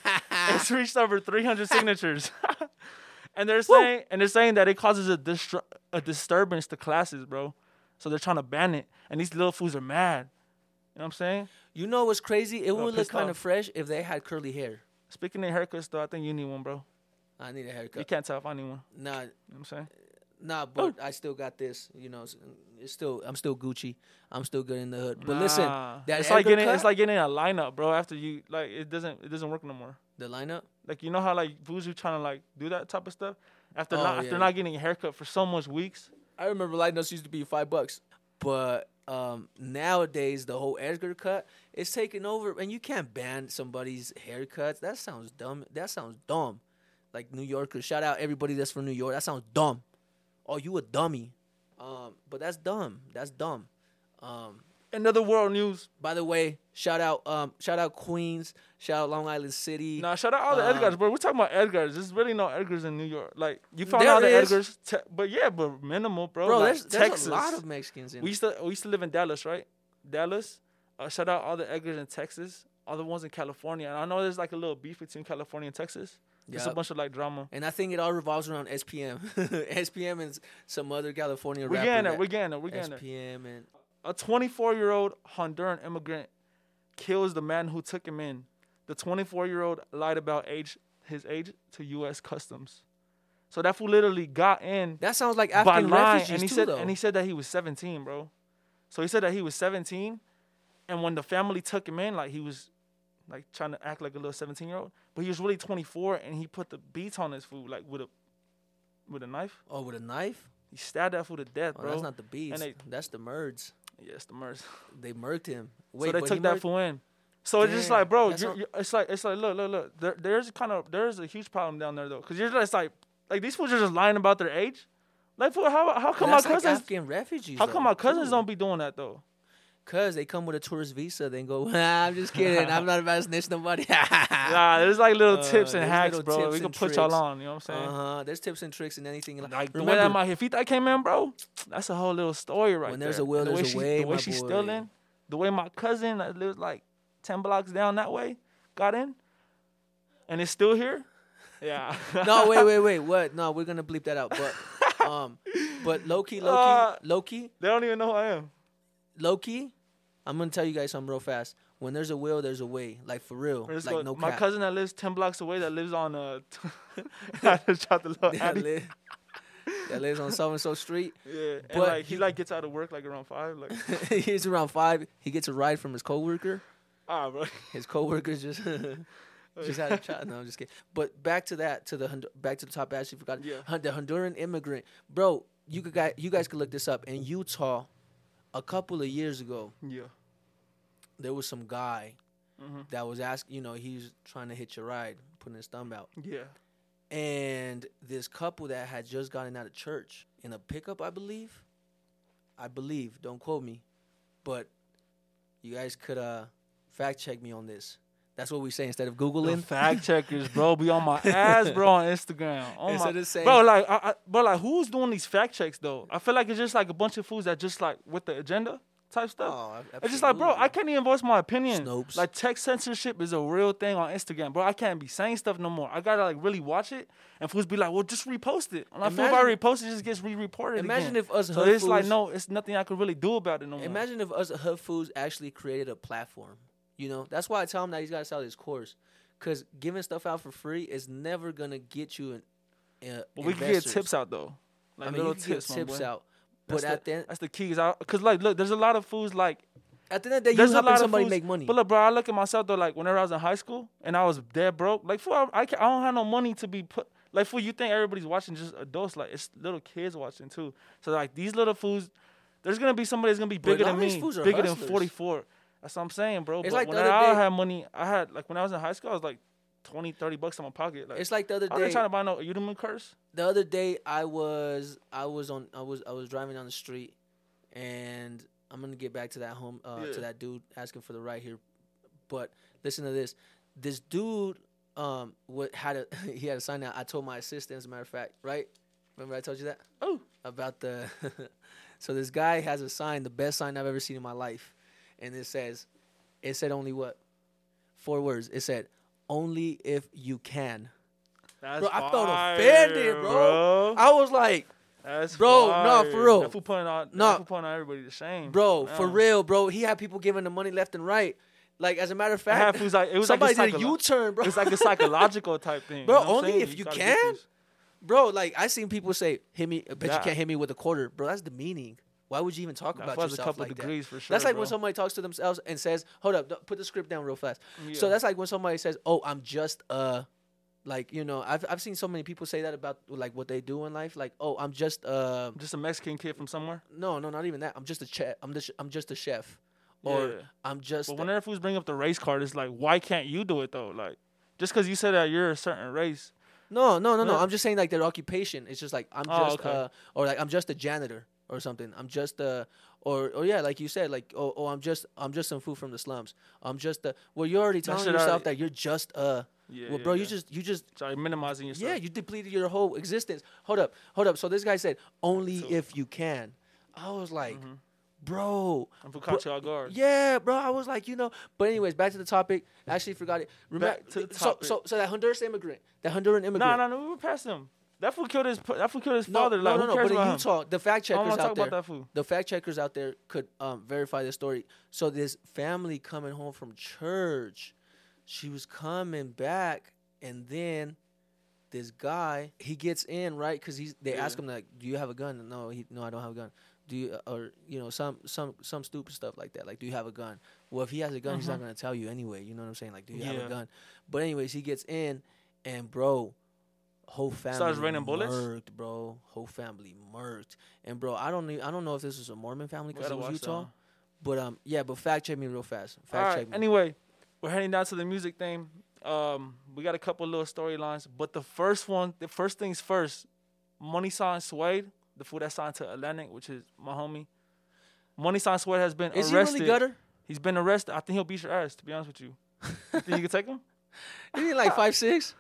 [SPEAKER 1] it's reached over 300 signatures. and they're saying and they're saying that it causes a distru- a disturbance to classes, bro. So they're trying to ban it, and these little fools are mad. You know what I'm saying?
[SPEAKER 2] You know what's crazy? It would look
[SPEAKER 1] pissed
[SPEAKER 2] kind
[SPEAKER 1] off.
[SPEAKER 2] of fresh if they had curly hair.
[SPEAKER 1] Speaking of haircuts, though, I think you need one, bro.
[SPEAKER 2] I need a
[SPEAKER 1] You
[SPEAKER 2] haircut.
[SPEAKER 1] can't tell if I need one.
[SPEAKER 2] Nah,
[SPEAKER 1] You know what I'm saying?
[SPEAKER 2] nah, but
[SPEAKER 1] Oh.
[SPEAKER 2] I still got this. You know, it's- it's still I'm still Gucci. I'm still good in the hood. But listen,
[SPEAKER 1] Nah.
[SPEAKER 2] that
[SPEAKER 1] Ah. it's like getting
[SPEAKER 2] cut,
[SPEAKER 1] it's like getting a lineup, bro. After you like, it doesn't it doesn't work no more.
[SPEAKER 2] the lineup.
[SPEAKER 1] Like you know how like Vuzu trying to like do that type of stuff after
[SPEAKER 2] Oh,
[SPEAKER 1] not
[SPEAKER 2] yeah.
[SPEAKER 1] after not getting a haircut for so much weeks.
[SPEAKER 2] I remember lineups used to be five bucks, but um, nowadays the whole Edgar cut is taking over, and you can't ban somebody's haircuts. That sounds dumb. That sounds dumb. Like New Yorkers, shout out everybody that's from New York. That sounds dumb. Oh, you a dummy. Um, but that's dumb. That's dumb. Um,
[SPEAKER 1] Another world news.
[SPEAKER 2] by the way, shout out, um, shout out Queens, shout out Long Island City.
[SPEAKER 1] Nah, shout out all the
[SPEAKER 2] Um,
[SPEAKER 1] Edgars, bro. We're talking about Edgars. There's really no Edgars in New York. Like you found
[SPEAKER 2] There
[SPEAKER 1] out the
[SPEAKER 2] is.
[SPEAKER 1] Edgars, te- but yeah, but minimal, bro.
[SPEAKER 2] bro,
[SPEAKER 1] Like,
[SPEAKER 2] there's, there's
[SPEAKER 1] Texas.
[SPEAKER 2] a lot of Mexicans in.
[SPEAKER 1] we used to we used to live in Dallas, right? Dallas. Uh, shout out all the Edgars in Texas, all the ones in California. And I know there's like a little beef between California and Texas. There's a
[SPEAKER 2] Yup.
[SPEAKER 1] bunch of like drama.
[SPEAKER 2] and I think it all revolves around SPM, SPM and s- some other California
[SPEAKER 1] We're
[SPEAKER 2] rapper.
[SPEAKER 1] getting there.
[SPEAKER 2] that-
[SPEAKER 1] We're getting there. We're getting there.
[SPEAKER 2] SPM and
[SPEAKER 1] A 24 year old Honduran immigrant kills the man who took him in. The 24 year old lied about age, his age to U.S. Customs. So that fool literally got in
[SPEAKER 2] that sounds like
[SPEAKER 1] by
[SPEAKER 2] African
[SPEAKER 1] lying,
[SPEAKER 2] refugees
[SPEAKER 1] and he
[SPEAKER 2] too,
[SPEAKER 1] said
[SPEAKER 2] though.
[SPEAKER 1] and he said that he was 17, bro. So he said that he was 17, and when the family took him in, like he was like trying to act like a little 17 year old, but he was really 24, and he put the beats on his food like with a with a knife.
[SPEAKER 2] oh, with a knife?
[SPEAKER 1] He stabbed that fool to death,
[SPEAKER 2] Oh,
[SPEAKER 1] bro.
[SPEAKER 2] that's not the beast.
[SPEAKER 1] And they-
[SPEAKER 2] that's the merds.
[SPEAKER 1] yes, the mercy.
[SPEAKER 2] They murked him. Wait,
[SPEAKER 1] so they
[SPEAKER 2] but
[SPEAKER 1] took
[SPEAKER 2] he
[SPEAKER 1] that
[SPEAKER 2] murked-
[SPEAKER 1] fool in. So it's just
[SPEAKER 2] Damn,
[SPEAKER 1] like, bro,
[SPEAKER 2] that's
[SPEAKER 1] you're,
[SPEAKER 2] not-
[SPEAKER 1] you're- it's like it's like look, look, look. There, there's kind of there's a huge problem down there though, because you're just like like these fools are just lying about their age. Like, fool, how how come my
[SPEAKER 2] That's like
[SPEAKER 1] cousins?
[SPEAKER 2] African refugees.
[SPEAKER 1] How come my cousins don't be doing that though?
[SPEAKER 2] Cause they come with a tourist visa, then go. "Ah, I'm just kidding. I'm not about to snitch nobody. uh
[SPEAKER 1] Nah, there's like little
[SPEAKER 2] Uh,
[SPEAKER 1] tips and
[SPEAKER 2] there's
[SPEAKER 1] hacks,
[SPEAKER 2] little
[SPEAKER 1] bro.
[SPEAKER 2] tips
[SPEAKER 1] We can
[SPEAKER 2] and
[SPEAKER 1] put y'all
[SPEAKER 2] tricks.
[SPEAKER 1] on. You know what I'm saying?
[SPEAKER 2] huh. Uh-huh. There's tips and tricks in anything.
[SPEAKER 1] Like the way
[SPEAKER 2] remember,
[SPEAKER 1] that my Hifita came in, bro. That's a whole little story right
[SPEAKER 2] When
[SPEAKER 1] there.
[SPEAKER 2] there's a will,
[SPEAKER 1] the way
[SPEAKER 2] there's a
[SPEAKER 1] she,
[SPEAKER 2] way,
[SPEAKER 1] The way
[SPEAKER 2] my
[SPEAKER 1] she's
[SPEAKER 2] boy.
[SPEAKER 1] still in. The way my cousin that lives like ten blocks down that way got in, and is still here. Yeah.
[SPEAKER 2] no, wait, wait, wait. What? No, we're gonna bleep that out. But um, but Loki, Loki,
[SPEAKER 1] Uh,
[SPEAKER 2] Loki.
[SPEAKER 1] They don't even know who I am.
[SPEAKER 2] low key, I'm gonna tell you guys something real fast. When there's a will, there's a way. Like for real.
[SPEAKER 1] Let's
[SPEAKER 2] like
[SPEAKER 1] go.
[SPEAKER 2] no
[SPEAKER 1] my
[SPEAKER 2] cap.
[SPEAKER 1] cousin that lives ten blocks away that lives on uh I just dropped the little
[SPEAKER 2] that,
[SPEAKER 1] alley.
[SPEAKER 2] li- that lives on so and so street.
[SPEAKER 1] Yeah.
[SPEAKER 2] but
[SPEAKER 1] And like he
[SPEAKER 2] he-
[SPEAKER 1] like gets out of work like around five. Like
[SPEAKER 2] He's around five. He gets a ride from his coworker.
[SPEAKER 1] ah bro.
[SPEAKER 2] His coworkers just just had a child. No, I'm just kidding. But back to that, to the Hond- back to the top. I actually forgot.
[SPEAKER 1] Yeah.
[SPEAKER 2] Hon- The Honduran immigrant, bro. You could guys, you guys could look this up in Utah. A couple of years ago,
[SPEAKER 1] Yeah.
[SPEAKER 2] there was some guy
[SPEAKER 1] Mhm.
[SPEAKER 2] that was asking. You know, he's trying to hitch a ride, putting his thumb out.
[SPEAKER 1] Yeah.
[SPEAKER 2] and this couple that had just gotten out of church in a pickup, I believe. I believe, don't quote me, but you guys could uh fact check me on this. That's what we say instead of
[SPEAKER 1] Them
[SPEAKER 2] googling.
[SPEAKER 1] fact checkers, bro, be on my ass, bro, on Instagram. Oh
[SPEAKER 2] Instead
[SPEAKER 1] my,
[SPEAKER 2] of saying-
[SPEAKER 1] bro, like, I, I, bro, like, who's doing these fact checks though? I feel like it's just like a bunch of fools that just like with the agenda type stuff.
[SPEAKER 2] Oh,
[SPEAKER 1] it's just like, bro, I can't even voice my opinion.
[SPEAKER 2] Snopes.
[SPEAKER 1] Like, text censorship is a real thing on Instagram, bro. I can't be saying stuff no more. I gotta like really watch it, and fools be like, well, just repost it. And I feel if I
[SPEAKER 2] Imagine-
[SPEAKER 1] repost it, it just gets re-reported.
[SPEAKER 2] Imagine
[SPEAKER 1] again.
[SPEAKER 2] if us
[SPEAKER 1] So
[SPEAKER 2] hood
[SPEAKER 1] it's like
[SPEAKER 2] fools-
[SPEAKER 1] no, it's nothing I could really do about it no more.
[SPEAKER 2] Imagine if us hood foods actually created a platform. You know, that's why I tell him that he's got to sell his course, because giving stuff out for free is never gonna get you an. Uh,
[SPEAKER 1] But we can get
[SPEAKER 2] investors.
[SPEAKER 1] tips out though, like
[SPEAKER 2] I mean,
[SPEAKER 1] little
[SPEAKER 2] you can
[SPEAKER 1] tips,
[SPEAKER 2] get
[SPEAKER 1] my
[SPEAKER 2] tips
[SPEAKER 1] boy.
[SPEAKER 2] out,
[SPEAKER 1] That's
[SPEAKER 2] but at
[SPEAKER 1] the,
[SPEAKER 2] the, end,
[SPEAKER 1] that's the key, cause like look, there's a lot of fools like
[SPEAKER 2] at the end of the day,
[SPEAKER 1] There's
[SPEAKER 2] you
[SPEAKER 1] a lot
[SPEAKER 2] helping
[SPEAKER 1] of
[SPEAKER 2] somebody
[SPEAKER 1] fools-
[SPEAKER 2] make money.
[SPEAKER 1] But look, bro, I look at myself though, like whenever I was in high school and I was dead broke, like fool, I, I, ca- I don't have no money to be put. Like fool, you think everybody's watching just adults? Like it's little kids watching too. So like these little fools, there's gonna be somebody that's gonna be bigger
[SPEAKER 2] a lot
[SPEAKER 1] than
[SPEAKER 2] of these
[SPEAKER 1] me,
[SPEAKER 2] fools are
[SPEAKER 1] bigger than
[SPEAKER 2] hustlers.
[SPEAKER 1] 44. That's what I'm saying, bro.
[SPEAKER 2] It's
[SPEAKER 1] but
[SPEAKER 2] like the
[SPEAKER 1] whenever
[SPEAKER 2] other
[SPEAKER 1] I
[SPEAKER 2] day-
[SPEAKER 1] had money, I had like when I was in high school, I was like 20, 30 bucks in my pocket. Like,
[SPEAKER 2] It's like the other
[SPEAKER 1] I'm not
[SPEAKER 2] day.
[SPEAKER 1] trying to buy no Udemy curse.
[SPEAKER 2] the other day I was I was on I was I was driving down the street, and I'm gonna get back to that home uh,
[SPEAKER 1] Yeah.
[SPEAKER 2] to that dude asking for the right here, but listen to this. This dude um what had a he had a sign out. I told my assistant as a matter of fact, right? Remember I told you that
[SPEAKER 1] Oh,
[SPEAKER 2] about the. so this guy has a sign, the best sign I've ever seen in my life, and it says, it said only what, four words. It said only if you can.
[SPEAKER 1] that's
[SPEAKER 2] Bro, I felt
[SPEAKER 1] fire,
[SPEAKER 2] offended, bro. I was like,
[SPEAKER 1] That's
[SPEAKER 2] Bro, nah,
[SPEAKER 1] fire.
[SPEAKER 2] for real.
[SPEAKER 1] That fool putting out,
[SPEAKER 2] Nah.
[SPEAKER 1] that fool putting out everybody to shame,
[SPEAKER 2] bro, for
[SPEAKER 1] Nah.
[SPEAKER 2] real, bro. He had people giving him money left and right. Like as a matter of
[SPEAKER 1] I had
[SPEAKER 2] fact,
[SPEAKER 1] fools like- it was like a
[SPEAKER 2] somebody did a
[SPEAKER 1] psycholo-
[SPEAKER 2] U-turn, bro.
[SPEAKER 1] It's like a psychological type thing,
[SPEAKER 2] Bro,
[SPEAKER 1] you know what I'm
[SPEAKER 2] only
[SPEAKER 1] saying?
[SPEAKER 2] if you
[SPEAKER 1] gotta
[SPEAKER 2] can.
[SPEAKER 1] get this.
[SPEAKER 2] bro. Like I seen people say, "Hit me," I bet
[SPEAKER 1] Nah.
[SPEAKER 2] you can't hit me with a quarter, bro. That's demeaning. Why would you even talk
[SPEAKER 1] Nah,
[SPEAKER 2] about
[SPEAKER 1] for us, a
[SPEAKER 2] yourself
[SPEAKER 1] couple
[SPEAKER 2] like
[SPEAKER 1] degrees
[SPEAKER 2] that?
[SPEAKER 1] for
[SPEAKER 2] that's
[SPEAKER 1] sure,
[SPEAKER 2] like
[SPEAKER 1] bro.
[SPEAKER 2] when somebody talks to themselves and says, "Hold up, don't- put the script down real fast." So
[SPEAKER 1] Yeah.
[SPEAKER 2] that's like when somebody says, "Oh, I'm just uh." Like you know, I've I've seen so many people say that about like what they do in life. Like, oh, I'm just um,
[SPEAKER 1] Just a Mexican kid from somewhere.
[SPEAKER 2] no, no, not even that. I'm just a chef. I'm just I'm just a chef, or
[SPEAKER 1] Yeah.
[SPEAKER 2] I'm just
[SPEAKER 1] But whenever fools bring up the race card, it's like, why can't you do it though? Like, just because you said that you're a certain race,
[SPEAKER 2] No, no, no, no.
[SPEAKER 1] No.
[SPEAKER 2] I'm just saying like their occupation. It's just like I'm
[SPEAKER 1] Oh,
[SPEAKER 2] just
[SPEAKER 1] okay.
[SPEAKER 2] uh, or like I'm just a janitor or something. I'm just a or or yeah, like you said, like oh, oh I'm just I'm just some food from the slums. I'm just a well, you're already telling
[SPEAKER 1] shit
[SPEAKER 2] yourself
[SPEAKER 1] already-
[SPEAKER 2] that you're just a
[SPEAKER 1] Yeah,
[SPEAKER 2] well,
[SPEAKER 1] yeah,
[SPEAKER 2] bro. You
[SPEAKER 1] yeah.
[SPEAKER 2] just you just
[SPEAKER 1] so you're minimizing yourself.
[SPEAKER 2] yeah, you depleted your whole existence. Hold up, hold up. So this guy said only
[SPEAKER 1] So- Mm-hmm.
[SPEAKER 2] if you can. I was like, bro,
[SPEAKER 1] I'm from caught you off guard.
[SPEAKER 2] yeah, bro. I was like, you know. But anyways, back to the topic. I actually forgot it. Remember,
[SPEAKER 1] Back to the
[SPEAKER 2] so
[SPEAKER 1] topic.
[SPEAKER 2] so so that Honduras immigrant, that Honduran immigrant.
[SPEAKER 1] No, no, no. We were past him. That fool killed his. That fool killed his father. like, who cares
[SPEAKER 2] but
[SPEAKER 1] about
[SPEAKER 2] in
[SPEAKER 1] him?
[SPEAKER 2] Utah, the fact
[SPEAKER 1] I don't
[SPEAKER 2] checkers
[SPEAKER 1] wanna
[SPEAKER 2] out
[SPEAKER 1] talk
[SPEAKER 2] there,
[SPEAKER 1] about that fool.
[SPEAKER 2] the fact checkers out there could um, verify the story. So this family coming home from church, she was coming back, and then this guy he gets in right because he's they ask
[SPEAKER 1] Yeah.
[SPEAKER 2] him like, "Do you have a gun?" No, he no, I don't have a gun. Do you uh, or you know some some some stupid stuff like that? Like, do you have a gun? Well, if he has a gun, he's not gonna tell you anyway. You know what I'm saying? Like, do you have
[SPEAKER 1] Mm-hmm. Yeah.
[SPEAKER 2] a gun? But anyways, he gets in, and bro, whole family
[SPEAKER 1] Starts raining bullets?
[SPEAKER 2] murked, bro. Whole family murked, and bro, I don't e- I don't know if this was a Mormon family because
[SPEAKER 1] Gotta
[SPEAKER 2] it was
[SPEAKER 1] watch that
[SPEAKER 2] Utah,
[SPEAKER 1] one.
[SPEAKER 2] but um yeah, but fact check me real fast.
[SPEAKER 1] All
[SPEAKER 2] Fact
[SPEAKER 1] right.
[SPEAKER 2] check me.
[SPEAKER 1] Anyway, we're heading down to the music thing. Um, we got a couple little storylines, but the first one, the first things first. Money signed Suede, the fool that signed to Atlantic, which is my homie. Money signed Suede has been
[SPEAKER 2] Is he
[SPEAKER 1] arrested.
[SPEAKER 2] really gutter?
[SPEAKER 1] He's been arrested. I think he'll beat your ass. To be honest with you, you think you can take him?
[SPEAKER 2] Isn't he like five six?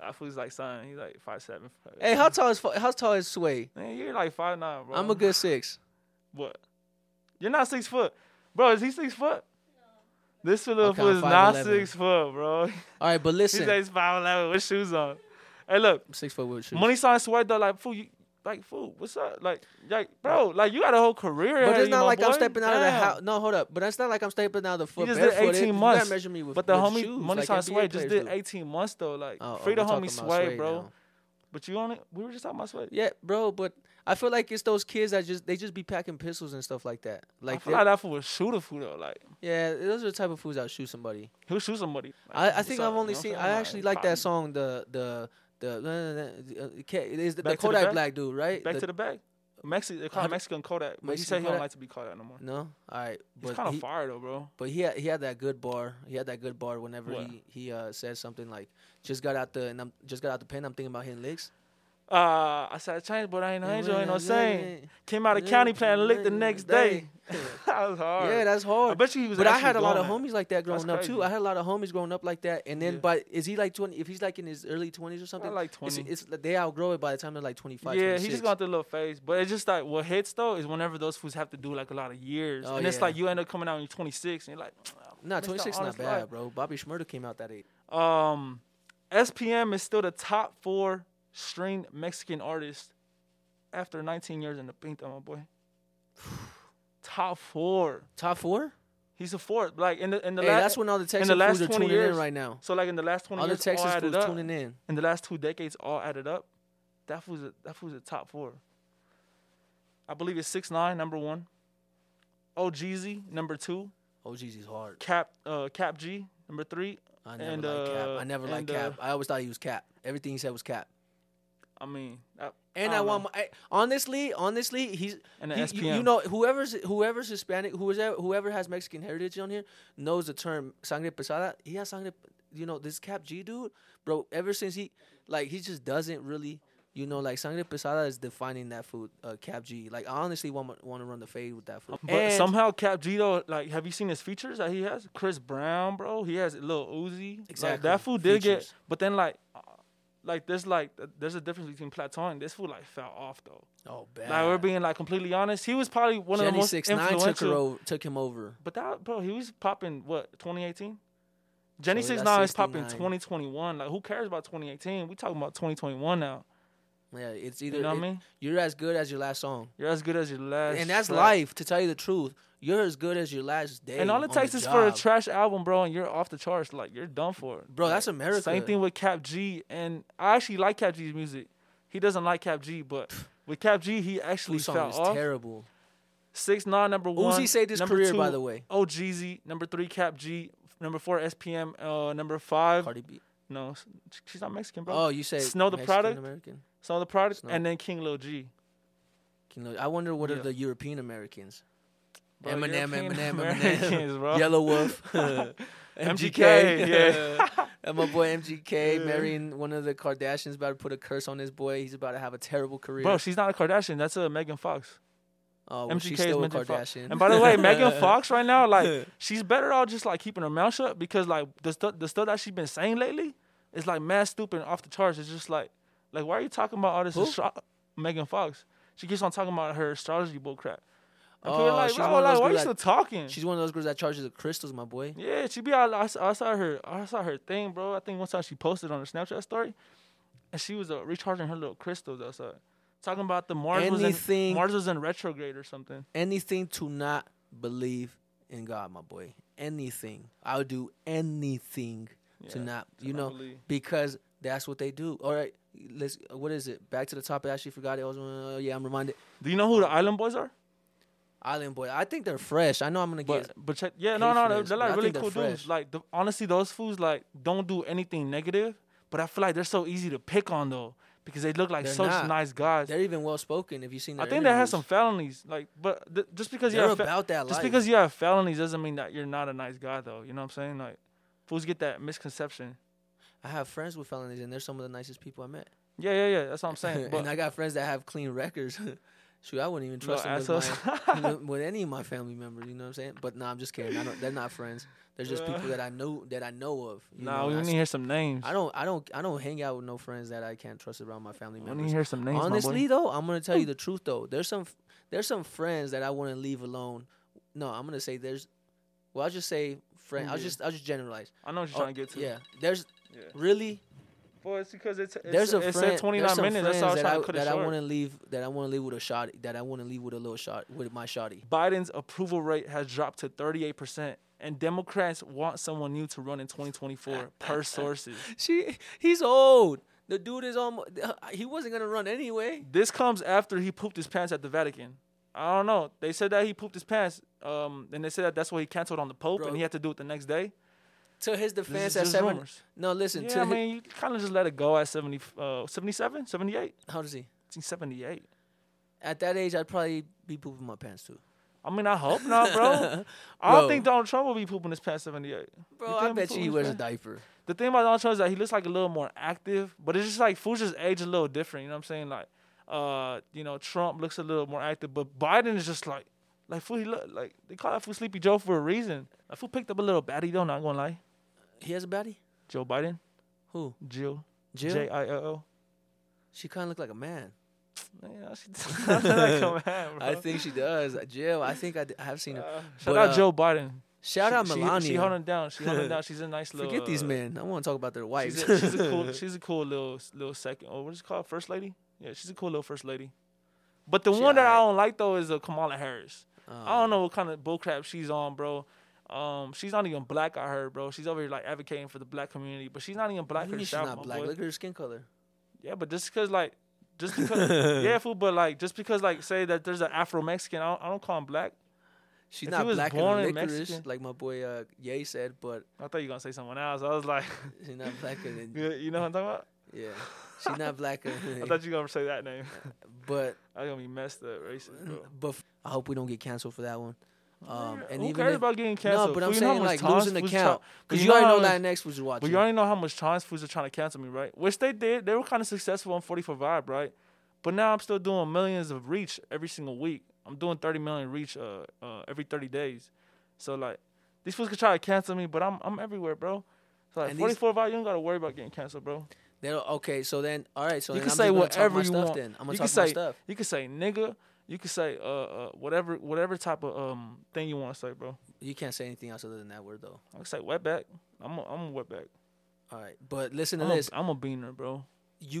[SPEAKER 1] That fool's like son. He's like five seven.
[SPEAKER 2] Hey, how tall is fu- how tall is Sway?
[SPEAKER 1] Man, you're like five nine, bro.
[SPEAKER 2] I'm a good six.
[SPEAKER 1] What? You're not six foot, bro. Is he six foot? This little
[SPEAKER 2] Okay,
[SPEAKER 1] fool
[SPEAKER 2] I'm
[SPEAKER 1] is not
[SPEAKER 2] 5'11".
[SPEAKER 1] six foot, bro.
[SPEAKER 2] All right, but
[SPEAKER 1] He
[SPEAKER 2] listen,
[SPEAKER 1] says he's five eleven with shoes on. Hey, look,
[SPEAKER 2] I'm six foot with shoes.
[SPEAKER 1] money sign sweat though. Like fool, you like fool. What's up? Like, like bro, like you got a whole career. ahead
[SPEAKER 2] But
[SPEAKER 1] of
[SPEAKER 2] it's
[SPEAKER 1] you,
[SPEAKER 2] not
[SPEAKER 1] my
[SPEAKER 2] like I'm
[SPEAKER 1] boy.
[SPEAKER 2] stepping out of the
[SPEAKER 1] Damn.
[SPEAKER 2] house. No, hold up. But it's not like I'm stepping out of the
[SPEAKER 1] He
[SPEAKER 2] foot.
[SPEAKER 1] just did
[SPEAKER 2] barefooted.
[SPEAKER 1] 18
[SPEAKER 2] You gotta
[SPEAKER 1] months.
[SPEAKER 2] measure me with,
[SPEAKER 1] but the
[SPEAKER 2] with
[SPEAKER 1] homie
[SPEAKER 2] shoes,
[SPEAKER 1] money
[SPEAKER 2] like
[SPEAKER 1] sign
[SPEAKER 2] NBA
[SPEAKER 1] sway just
[SPEAKER 2] players
[SPEAKER 1] did
[SPEAKER 2] do.
[SPEAKER 1] 18 months though. Like
[SPEAKER 2] Oh, oh,
[SPEAKER 1] free the
[SPEAKER 2] we're talking
[SPEAKER 1] homie
[SPEAKER 2] about
[SPEAKER 1] sway,
[SPEAKER 2] Sway
[SPEAKER 1] bro.
[SPEAKER 2] now.
[SPEAKER 1] But you only we were just talking about sway.
[SPEAKER 2] Yeah, bro, but I feel like it's those kids that just they just be packing pistols and stuff like that.
[SPEAKER 1] I
[SPEAKER 2] Like,
[SPEAKER 1] feel like that fool was shooter fool though. Like
[SPEAKER 2] they- yeah, those are the type of fools that shoot somebody.
[SPEAKER 1] he'll shoot somebody. Like,
[SPEAKER 2] I, I
[SPEAKER 1] what's
[SPEAKER 2] think
[SPEAKER 1] up,
[SPEAKER 2] I've
[SPEAKER 1] you
[SPEAKER 2] only
[SPEAKER 1] know what I'm
[SPEAKER 2] seen.
[SPEAKER 1] saying?
[SPEAKER 2] I actually like that song. The the the uh, K- is the, the
[SPEAKER 1] Back to the
[SPEAKER 2] Kodak
[SPEAKER 1] Back?
[SPEAKER 2] black dude, right?
[SPEAKER 1] Back
[SPEAKER 2] The-
[SPEAKER 1] to the back. Mexi- they call
[SPEAKER 2] How
[SPEAKER 1] it
[SPEAKER 2] do-
[SPEAKER 1] Mexican Kodak, but he
[SPEAKER 2] Mexican
[SPEAKER 1] said he don't
[SPEAKER 2] Kodak?
[SPEAKER 1] like to be called that no more.
[SPEAKER 2] no, all right,
[SPEAKER 1] He's
[SPEAKER 2] but
[SPEAKER 1] kind
[SPEAKER 2] he,
[SPEAKER 1] of fire though, bro.
[SPEAKER 2] but he had, he had that good bar. He had that good bar whenever
[SPEAKER 1] What?
[SPEAKER 2] he he uh, said something like, "Just got out the and I'm just got out the pen. I'm thinking about hitting licks."
[SPEAKER 1] Uh, I said change, but I ain't no angel, ain't no saint. Came out of
[SPEAKER 2] Yeah,
[SPEAKER 1] county playing lick the
[SPEAKER 2] yeah,
[SPEAKER 1] next day.
[SPEAKER 2] day.
[SPEAKER 1] that was hard.
[SPEAKER 2] Yeah, that's hard.
[SPEAKER 1] I bet you he was.
[SPEAKER 2] But I
[SPEAKER 1] actually
[SPEAKER 2] had a lot of
[SPEAKER 1] doing that.
[SPEAKER 2] homies like that growing
[SPEAKER 1] That's
[SPEAKER 2] up
[SPEAKER 1] crazy.
[SPEAKER 2] too. I had a lot of homies growing up like that. And then,
[SPEAKER 1] Yeah.
[SPEAKER 2] by is he like twenty? If he's like in his early twenties or something,
[SPEAKER 1] like
[SPEAKER 2] it's-
[SPEAKER 1] 20.
[SPEAKER 2] It's, they outgrow it by the time they're like 25,
[SPEAKER 1] yeah,
[SPEAKER 2] 26.
[SPEAKER 1] he just gone through a little phase, but it's just like what hits though is whenever those fools have to do like a lot of years,
[SPEAKER 2] Oh,
[SPEAKER 1] and it's
[SPEAKER 2] yeah.
[SPEAKER 1] like you end up coming out when you're 26, and you're like,
[SPEAKER 2] Nah,
[SPEAKER 1] "Missed the
[SPEAKER 2] twenty six not
[SPEAKER 1] honest
[SPEAKER 2] bad,
[SPEAKER 1] life."
[SPEAKER 2] bro. Bobby Schmurda came out that age.
[SPEAKER 1] Um, SPM is still the top four streamed Mexican artist after 19 years in the pink, though, my boy. top four.
[SPEAKER 2] Top four?
[SPEAKER 1] He's a fourth. Like in the in the
[SPEAKER 2] Hey,
[SPEAKER 1] last
[SPEAKER 2] that's when all the Texas
[SPEAKER 1] last
[SPEAKER 2] fools are
[SPEAKER 1] 20
[SPEAKER 2] tuning
[SPEAKER 1] years,
[SPEAKER 2] in right now.
[SPEAKER 1] So like in the last 20
[SPEAKER 2] All the
[SPEAKER 1] years,
[SPEAKER 2] Texas
[SPEAKER 1] all added
[SPEAKER 2] fools
[SPEAKER 1] up,
[SPEAKER 2] tuning in.
[SPEAKER 1] in the last two decades, all added up, that fool's a, that fool's a top four. I believe it's six nine number one. OGZ number two,
[SPEAKER 2] Oh, jeez, he's hard.
[SPEAKER 1] Cap uh Cap G number three.
[SPEAKER 2] I never
[SPEAKER 1] And,
[SPEAKER 2] liked Cap.
[SPEAKER 1] uh,
[SPEAKER 2] I never
[SPEAKER 1] and,
[SPEAKER 2] liked
[SPEAKER 1] uh,
[SPEAKER 2] Cap. I always thought he was Cap. Everything he said was Cap.
[SPEAKER 1] I mean, I,
[SPEAKER 2] And
[SPEAKER 1] I
[SPEAKER 2] I,
[SPEAKER 1] don't
[SPEAKER 2] want my, I, honestly, honestly, he's
[SPEAKER 1] Um, And the
[SPEAKER 2] he- you,
[SPEAKER 1] SPM.
[SPEAKER 2] you know whoever's whoever's Hispanic, whoever whoever has Mexican heritage on here knows the term sangre pesada. He has sangre. you know this Cap G dude, bro. Ever since he like he just doesn't really you know like sangre pesada is defining that food uh, Cap G. Like I honestly want want to run the fade with that food.
[SPEAKER 1] But
[SPEAKER 2] And-
[SPEAKER 1] somehow Cap G though, like, have you seen his features that he has? Chris Brown, bro, he has Lil Uzi. Like,
[SPEAKER 2] Exactly,
[SPEAKER 1] that fool did get,
[SPEAKER 2] features.
[SPEAKER 1] but then like, uh, like there's like there's a difference between plateauing. this fool like fell off though.
[SPEAKER 2] oh bad.
[SPEAKER 1] Like we're being like completely honest, he was probably one of the
[SPEAKER 2] Jenny
[SPEAKER 1] most
[SPEAKER 2] Six Nine took her
[SPEAKER 1] influential.
[SPEAKER 2] over, took him over.
[SPEAKER 1] But that bro, he was popping what 2018. Jenny
[SPEAKER 2] So we
[SPEAKER 1] Six
[SPEAKER 2] got
[SPEAKER 1] Nine is popping
[SPEAKER 2] 69.
[SPEAKER 1] 2021. Like who cares about 2018? We talking about 2021 now.
[SPEAKER 2] Yeah, it's
[SPEAKER 1] You
[SPEAKER 2] either
[SPEAKER 1] know
[SPEAKER 2] it-
[SPEAKER 1] what I mean?
[SPEAKER 2] you're as good as your last song.
[SPEAKER 1] You're as good as your last.
[SPEAKER 2] and that's
[SPEAKER 1] track.
[SPEAKER 2] life, to tell you the truth. You're as good as your last day.
[SPEAKER 1] And all it
[SPEAKER 2] on the
[SPEAKER 1] takes is for a
[SPEAKER 2] job.
[SPEAKER 1] trash album, bro, and you're off the charts. Like you're done for,
[SPEAKER 2] Bro, that's
[SPEAKER 1] Like,
[SPEAKER 2] America.
[SPEAKER 1] Same thing with Cap G, and I actually like Cap G's music. He doesn't like Cap G, but with Cap G, he actually
[SPEAKER 2] Two
[SPEAKER 1] fell
[SPEAKER 2] song is
[SPEAKER 1] off.
[SPEAKER 2] terrible.
[SPEAKER 1] Six nine number one.
[SPEAKER 2] Uzi saved his
[SPEAKER 1] number
[SPEAKER 2] career,
[SPEAKER 1] two,
[SPEAKER 2] by the way.
[SPEAKER 1] OGZ number three Cap G number four SPM uh number five
[SPEAKER 2] Cardi B.
[SPEAKER 1] no s- she's not Mexican bro
[SPEAKER 2] Oh, you say
[SPEAKER 1] Snow the
[SPEAKER 2] Mexican
[SPEAKER 1] Product?
[SPEAKER 2] American.
[SPEAKER 1] some of the products
[SPEAKER 2] Snow.
[SPEAKER 1] and then King Lil G
[SPEAKER 2] You know, I wonder what are
[SPEAKER 1] Yeah.
[SPEAKER 2] the European Americans?
[SPEAKER 1] Bro,
[SPEAKER 2] Eminem,
[SPEAKER 1] European
[SPEAKER 2] Eminem,
[SPEAKER 1] Americans,
[SPEAKER 2] Eminem,
[SPEAKER 1] bro.
[SPEAKER 2] Yellow Wolf,
[SPEAKER 1] MGK, yeah.
[SPEAKER 2] and my boy MGK
[SPEAKER 1] Yeah.
[SPEAKER 2] marrying one of the Kardashians about to put a curse on his boy. He's about to have a terrible career.
[SPEAKER 1] bro she's not a Kardashian that's a Megan Fox
[SPEAKER 2] oh, well,
[SPEAKER 1] MGK
[SPEAKER 2] she's
[SPEAKER 1] is
[SPEAKER 2] still a
[SPEAKER 1] Megan Fox.
[SPEAKER 2] Kardashian.
[SPEAKER 1] And by the way, Megan Fox right now, like, she's better off just like keeping her mouth shut because like the stuff the stuff that she's been saying lately is like mad stupid and off the charts. It's just like like why are you talking about all this
[SPEAKER 2] Who?
[SPEAKER 1] astro- Megan Fox? She keeps on talking about her astrology bull crap. And people
[SPEAKER 2] oh,
[SPEAKER 1] are like,
[SPEAKER 2] she's
[SPEAKER 1] bro,
[SPEAKER 2] one of
[SPEAKER 1] like,
[SPEAKER 2] those
[SPEAKER 1] why are you
[SPEAKER 2] girls
[SPEAKER 1] still
[SPEAKER 2] that-
[SPEAKER 1] talking?
[SPEAKER 2] She's one of those girls that charges the crystals, my boy.
[SPEAKER 1] Yeah, she be out. I, s- I saw her. I saw her thing, bro. I think one time she posted on her Snapchat story, and she was uh, recharging her little crystals outside, talking about the Mars was in,
[SPEAKER 2] Anything-
[SPEAKER 1] Mars was in retrograde or something.
[SPEAKER 2] anything to not believe in God, my boy. Anything. I would do anything to
[SPEAKER 1] Yeah,
[SPEAKER 2] not,
[SPEAKER 1] to
[SPEAKER 2] you
[SPEAKER 1] not
[SPEAKER 2] know,
[SPEAKER 1] believe.
[SPEAKER 2] because that's what they do. All right, let's. What is it? Back to the topic. I actually forgot it. I was. Uh, yeah, I'm reminded.
[SPEAKER 1] Do you know who the Island Boys are?
[SPEAKER 2] Island boy. I think they're fresh. I know I'm gonna
[SPEAKER 1] But
[SPEAKER 2] get.
[SPEAKER 1] but check, yeah,
[SPEAKER 2] hate
[SPEAKER 1] no, no,
[SPEAKER 2] for
[SPEAKER 1] they're,
[SPEAKER 2] this,
[SPEAKER 1] they're
[SPEAKER 2] but I
[SPEAKER 1] like really
[SPEAKER 2] think they're
[SPEAKER 1] cool
[SPEAKER 2] fresh.
[SPEAKER 1] dudes. Like the, honestly, those fools like don't do anything negative, but I feel like they're so easy to pick on though because they look like
[SPEAKER 2] They're
[SPEAKER 1] such
[SPEAKER 2] not.
[SPEAKER 1] nice guys.
[SPEAKER 2] They're even well spoken. If you've seen.
[SPEAKER 1] I
[SPEAKER 2] Their
[SPEAKER 1] think they have
[SPEAKER 2] interviews.
[SPEAKER 1] some felonies, like, but th- just because you
[SPEAKER 2] They're
[SPEAKER 1] have fe-
[SPEAKER 2] about that
[SPEAKER 1] just
[SPEAKER 2] life.
[SPEAKER 1] because you have felonies doesn't mean that you're not a nice guy though. You know what I'm saying? Like fools get that misconception.
[SPEAKER 2] I have friends with felonies, and they're some of the nicest people I met.
[SPEAKER 1] Yeah, yeah, yeah. That's what I'm saying. But
[SPEAKER 2] and I got friends that have clean records. Shoot, I wouldn't even
[SPEAKER 1] Little
[SPEAKER 2] trust them with,
[SPEAKER 1] assholes.
[SPEAKER 2] my, with- with any of my family members. You know what I'm saying? But no, I'm just kidding. I don't, they're not friends. They're just
[SPEAKER 1] Yeah.
[SPEAKER 2] people that I know that I know of. you
[SPEAKER 1] nah,
[SPEAKER 2] know,
[SPEAKER 1] we
[SPEAKER 2] and I
[SPEAKER 1] need to
[SPEAKER 2] s-
[SPEAKER 1] hear some names.
[SPEAKER 2] I don't, I don't, I don't hang out with no friends that I can't trust around my family
[SPEAKER 1] we need
[SPEAKER 2] members.
[SPEAKER 1] to hear some names. my boy.
[SPEAKER 2] Honestly, though, I'm gonna tell you the truth. Though, there's some, there's some friends that I wouldn't leave alone. No, I'm gonna say there's. Well, I'll just say friend. I'll
[SPEAKER 1] Yeah.
[SPEAKER 2] just, I'll just generalize.
[SPEAKER 1] I know what you're
[SPEAKER 2] Oh,
[SPEAKER 1] trying to get to.
[SPEAKER 2] Yeah, there's
[SPEAKER 1] Yeah.
[SPEAKER 2] really
[SPEAKER 1] Well, it's because it's, it's
[SPEAKER 2] there's a
[SPEAKER 1] it
[SPEAKER 2] friend.
[SPEAKER 1] said 29
[SPEAKER 2] there's some
[SPEAKER 1] minutes. That's
[SPEAKER 2] friends
[SPEAKER 1] how I was
[SPEAKER 2] that
[SPEAKER 1] trying
[SPEAKER 2] I,
[SPEAKER 1] to cut it
[SPEAKER 2] that I
[SPEAKER 1] short.
[SPEAKER 2] want to leave. That I want to leave with a shot. That I want to leave with a little shot with my shotty.
[SPEAKER 1] Biden's approval rate has dropped to 38%, and Democrats want someone new to run in 2024, per sources.
[SPEAKER 2] She, he's old. The dude is almost. He wasn't gonna run anyway.
[SPEAKER 1] This comes after he pooped his pants at the Vatican. I don't know. They said that he pooped his pants, um, and they said that that's why he canceled on the Pope,
[SPEAKER 2] Bro.
[SPEAKER 1] and he had to do it the next day.
[SPEAKER 2] To his defense,
[SPEAKER 1] is
[SPEAKER 2] at
[SPEAKER 1] just
[SPEAKER 2] seven.
[SPEAKER 1] rumors.
[SPEAKER 2] No, listen.
[SPEAKER 1] Yeah,
[SPEAKER 2] to
[SPEAKER 1] I
[SPEAKER 2] hi-
[SPEAKER 1] mean, you kind of just let it go at 70, uh, 77, 78.
[SPEAKER 2] how does he?
[SPEAKER 1] I think 78.
[SPEAKER 2] At that age, I'd probably be pooping my pants too.
[SPEAKER 1] I mean, I hope not, bro. I don't
[SPEAKER 2] Bro.
[SPEAKER 1] think Donald Trump will be pooping his pants 78.
[SPEAKER 2] Bro,
[SPEAKER 1] think
[SPEAKER 2] I
[SPEAKER 1] I'd be
[SPEAKER 2] bet you
[SPEAKER 1] pooping
[SPEAKER 2] he
[SPEAKER 1] his
[SPEAKER 2] wears a
[SPEAKER 1] pants?
[SPEAKER 2] diaper.
[SPEAKER 1] the thing about Donald Trump is that he looks like a little more active, but it's just like fools just age a little different. You know what I'm saying? Like, uh, you know, Trump looks a little more active, but Biden is just like, like fool. He look like they call that fool Sleepy Joe for a reason. That fool picked up a little baddie though. Not gonna lie,
[SPEAKER 2] He has a baddie.
[SPEAKER 1] Joe Biden,
[SPEAKER 2] Who?
[SPEAKER 1] Jill,
[SPEAKER 2] Jill.
[SPEAKER 1] J I L L.
[SPEAKER 2] She kind of looked like a man.
[SPEAKER 1] Yeah, she like a man, bro.
[SPEAKER 2] I think she does. Uh, Jill. I think I, d- I have seen her.
[SPEAKER 1] Uh, shout
[SPEAKER 2] But,
[SPEAKER 1] out
[SPEAKER 2] Uh-huh. uh,
[SPEAKER 1] Joe Biden.
[SPEAKER 2] Shout
[SPEAKER 1] she,
[SPEAKER 2] out
[SPEAKER 1] she-
[SPEAKER 2] Melania.
[SPEAKER 1] She, holding it down. She holding it down. She's a nice little.
[SPEAKER 2] Forget these
[SPEAKER 1] uh,
[SPEAKER 2] men. I want to talk about their wives.
[SPEAKER 1] She's a, she's a cool. She's a cool little little second. Oh, what is it called? First lady. Yeah, she's a cool little first lady. But the
[SPEAKER 2] She
[SPEAKER 1] one that I
[SPEAKER 2] alright.
[SPEAKER 1] don't like though is uh, Kamala Harris. I
[SPEAKER 2] Um,
[SPEAKER 1] don't know what kind of bullcrap she's on, bro. Um, she's not even black. I heard, bro. She's over here like advocating for the black community, but she's not even
[SPEAKER 2] What
[SPEAKER 1] black
[SPEAKER 2] do you mean she's
[SPEAKER 1] herself.
[SPEAKER 2] not
[SPEAKER 1] my
[SPEAKER 2] black.
[SPEAKER 1] boy.
[SPEAKER 2] Look at her skin color.
[SPEAKER 1] Yeah, but just because like, just because yeah, fool. But like, just because like, say that there's an Afro Mexican, I don't, I don't call him black.
[SPEAKER 2] She's
[SPEAKER 1] If he
[SPEAKER 2] not
[SPEAKER 1] was
[SPEAKER 2] black
[SPEAKER 1] born
[SPEAKER 2] and
[SPEAKER 1] in
[SPEAKER 2] licorice,
[SPEAKER 1] Mexican-
[SPEAKER 2] like my boy uh, Ye said, but
[SPEAKER 1] I thought you were gonna say someone else. I was like,
[SPEAKER 2] she's not blacker than
[SPEAKER 1] you you know what I'm talking about?
[SPEAKER 2] yeah. She's not blacker,
[SPEAKER 1] I thought you were gonna say that name.
[SPEAKER 2] but
[SPEAKER 1] I'm gonna be messed up, racist, bro.
[SPEAKER 2] but f- I hope we don't get canceled for that one. Um, and
[SPEAKER 1] Who
[SPEAKER 2] even
[SPEAKER 1] cares
[SPEAKER 2] if-
[SPEAKER 1] about getting canceled?
[SPEAKER 2] no, but I'm
[SPEAKER 1] Fool, you know how
[SPEAKER 2] saying
[SPEAKER 1] much
[SPEAKER 2] like
[SPEAKER 1] times
[SPEAKER 2] losing the
[SPEAKER 1] fools
[SPEAKER 2] count
[SPEAKER 1] try-
[SPEAKER 2] because
[SPEAKER 1] you
[SPEAKER 2] you,
[SPEAKER 1] know
[SPEAKER 2] already
[SPEAKER 1] how
[SPEAKER 2] know
[SPEAKER 1] much-
[SPEAKER 2] that next was
[SPEAKER 1] But
[SPEAKER 2] watching.
[SPEAKER 1] you already know how much trans foods are trying to cancel me, right? Which they did. They were kind of successful on 44 Vibe, right? But now I'm still doing millions of reach every single week. I'm doing 30 million reach uh, uh, every 30 days. So, like, these fools could try to cancel me, but I'm I'm everywhere, bro. So, like,
[SPEAKER 2] And these-
[SPEAKER 1] 44 Vibe, you don't got to worry about getting canceled, bro.
[SPEAKER 2] They don't- okay, so then all right, so
[SPEAKER 1] you can
[SPEAKER 2] then I'm
[SPEAKER 1] say
[SPEAKER 2] just gonna talk
[SPEAKER 1] whatever
[SPEAKER 2] my
[SPEAKER 1] you
[SPEAKER 2] stuff
[SPEAKER 1] want.
[SPEAKER 2] Then I'm gonna
[SPEAKER 1] you
[SPEAKER 2] talk
[SPEAKER 1] can
[SPEAKER 2] my
[SPEAKER 1] say,
[SPEAKER 2] stuff.
[SPEAKER 1] You can say nigga. You can say uh, uh whatever whatever type of um thing you want to say, bro.
[SPEAKER 2] You can't say anything else other than that word though.
[SPEAKER 1] I can say wetback. I'm a, I'm a wetback.
[SPEAKER 2] All right, but listen
[SPEAKER 1] I'm
[SPEAKER 2] to
[SPEAKER 1] a,
[SPEAKER 2] this.
[SPEAKER 1] I'm a beaner, bro.
[SPEAKER 2] You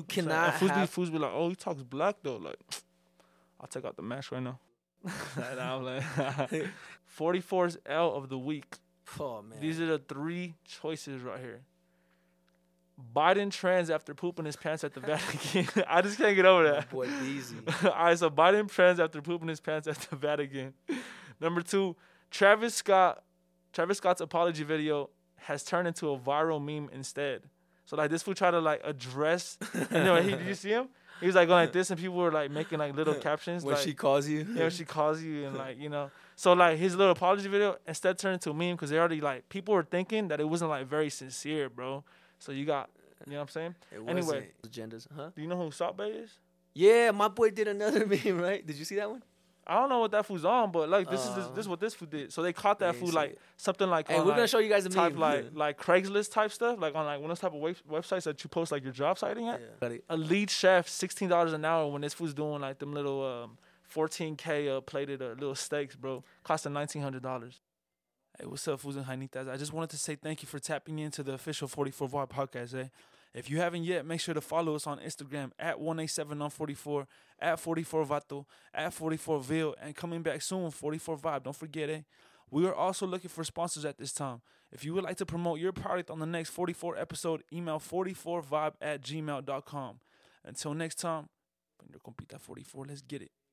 [SPEAKER 1] So, and
[SPEAKER 2] cannot
[SPEAKER 1] fools
[SPEAKER 2] have
[SPEAKER 1] be fools be like, oh, he talks black though. Like, I'll take out the match right now. And I'm like, 44's L of the week.
[SPEAKER 2] Oh man.
[SPEAKER 1] These are the three choices right here. Biden trans after pooping his pants at the Vatican. I just can't get over
[SPEAKER 2] My
[SPEAKER 1] that.
[SPEAKER 2] boy Deezy.
[SPEAKER 1] All right, so Biden trans after pooping his pants at the Vatican. Number two, Travis Scott. Travis Scott's apology video has turned into a viral meme instead. So like this fool tried to like address. You know, he, did you see him? He was like going like this, and people were like making like little captions.
[SPEAKER 2] When
[SPEAKER 1] like,
[SPEAKER 2] she calls you,
[SPEAKER 1] you know, she calls you and like, you know. So like his little apology video instead turned into a meme because they already like people were thinking that it wasn't like very sincere, bro. So you got, you know what I'm saying?
[SPEAKER 2] it
[SPEAKER 1] anyway.
[SPEAKER 2] wasn't agendas, huh?
[SPEAKER 1] Do you know who Salt Bay is?
[SPEAKER 2] Yeah, my boy did another meme, right? Did you see that one?
[SPEAKER 1] I don't know what that fool's on, but like this is this,
[SPEAKER 2] Uh,
[SPEAKER 1] this is what this fool did. So they caught that
[SPEAKER 2] I
[SPEAKER 1] fool
[SPEAKER 2] see
[SPEAKER 1] like
[SPEAKER 2] it.
[SPEAKER 1] something like
[SPEAKER 2] Hey,
[SPEAKER 1] on,
[SPEAKER 2] we're gonna
[SPEAKER 1] like,
[SPEAKER 2] show you guys a
[SPEAKER 1] type
[SPEAKER 2] meme.
[SPEAKER 1] like like Craigslist type stuff, like on like one of those type of web- websites that you post like your job sighting
[SPEAKER 2] yeah.
[SPEAKER 1] at. A lead chef, sixteen dollars an hour, when this fool's doing like them little um fourteen k uh, plated uh, little steaks, bro, costing nineteen hundred dollars. Hey, what's up, fools and Janitas? I just wanted to say thank you for tapping into the official 44 Vibe podcast, eh? If you haven't yet, make sure to follow us on Instagram at 187 on 44, at 44 Vato, at 44 Ville, and coming back soon, 44 Vibe. Don't forget, eh? We are also looking for sponsors at this time. If you would like to promote your product on the next 44 episode, email 44vibe at gmail.com. Until next time, your compita 44, let's get it.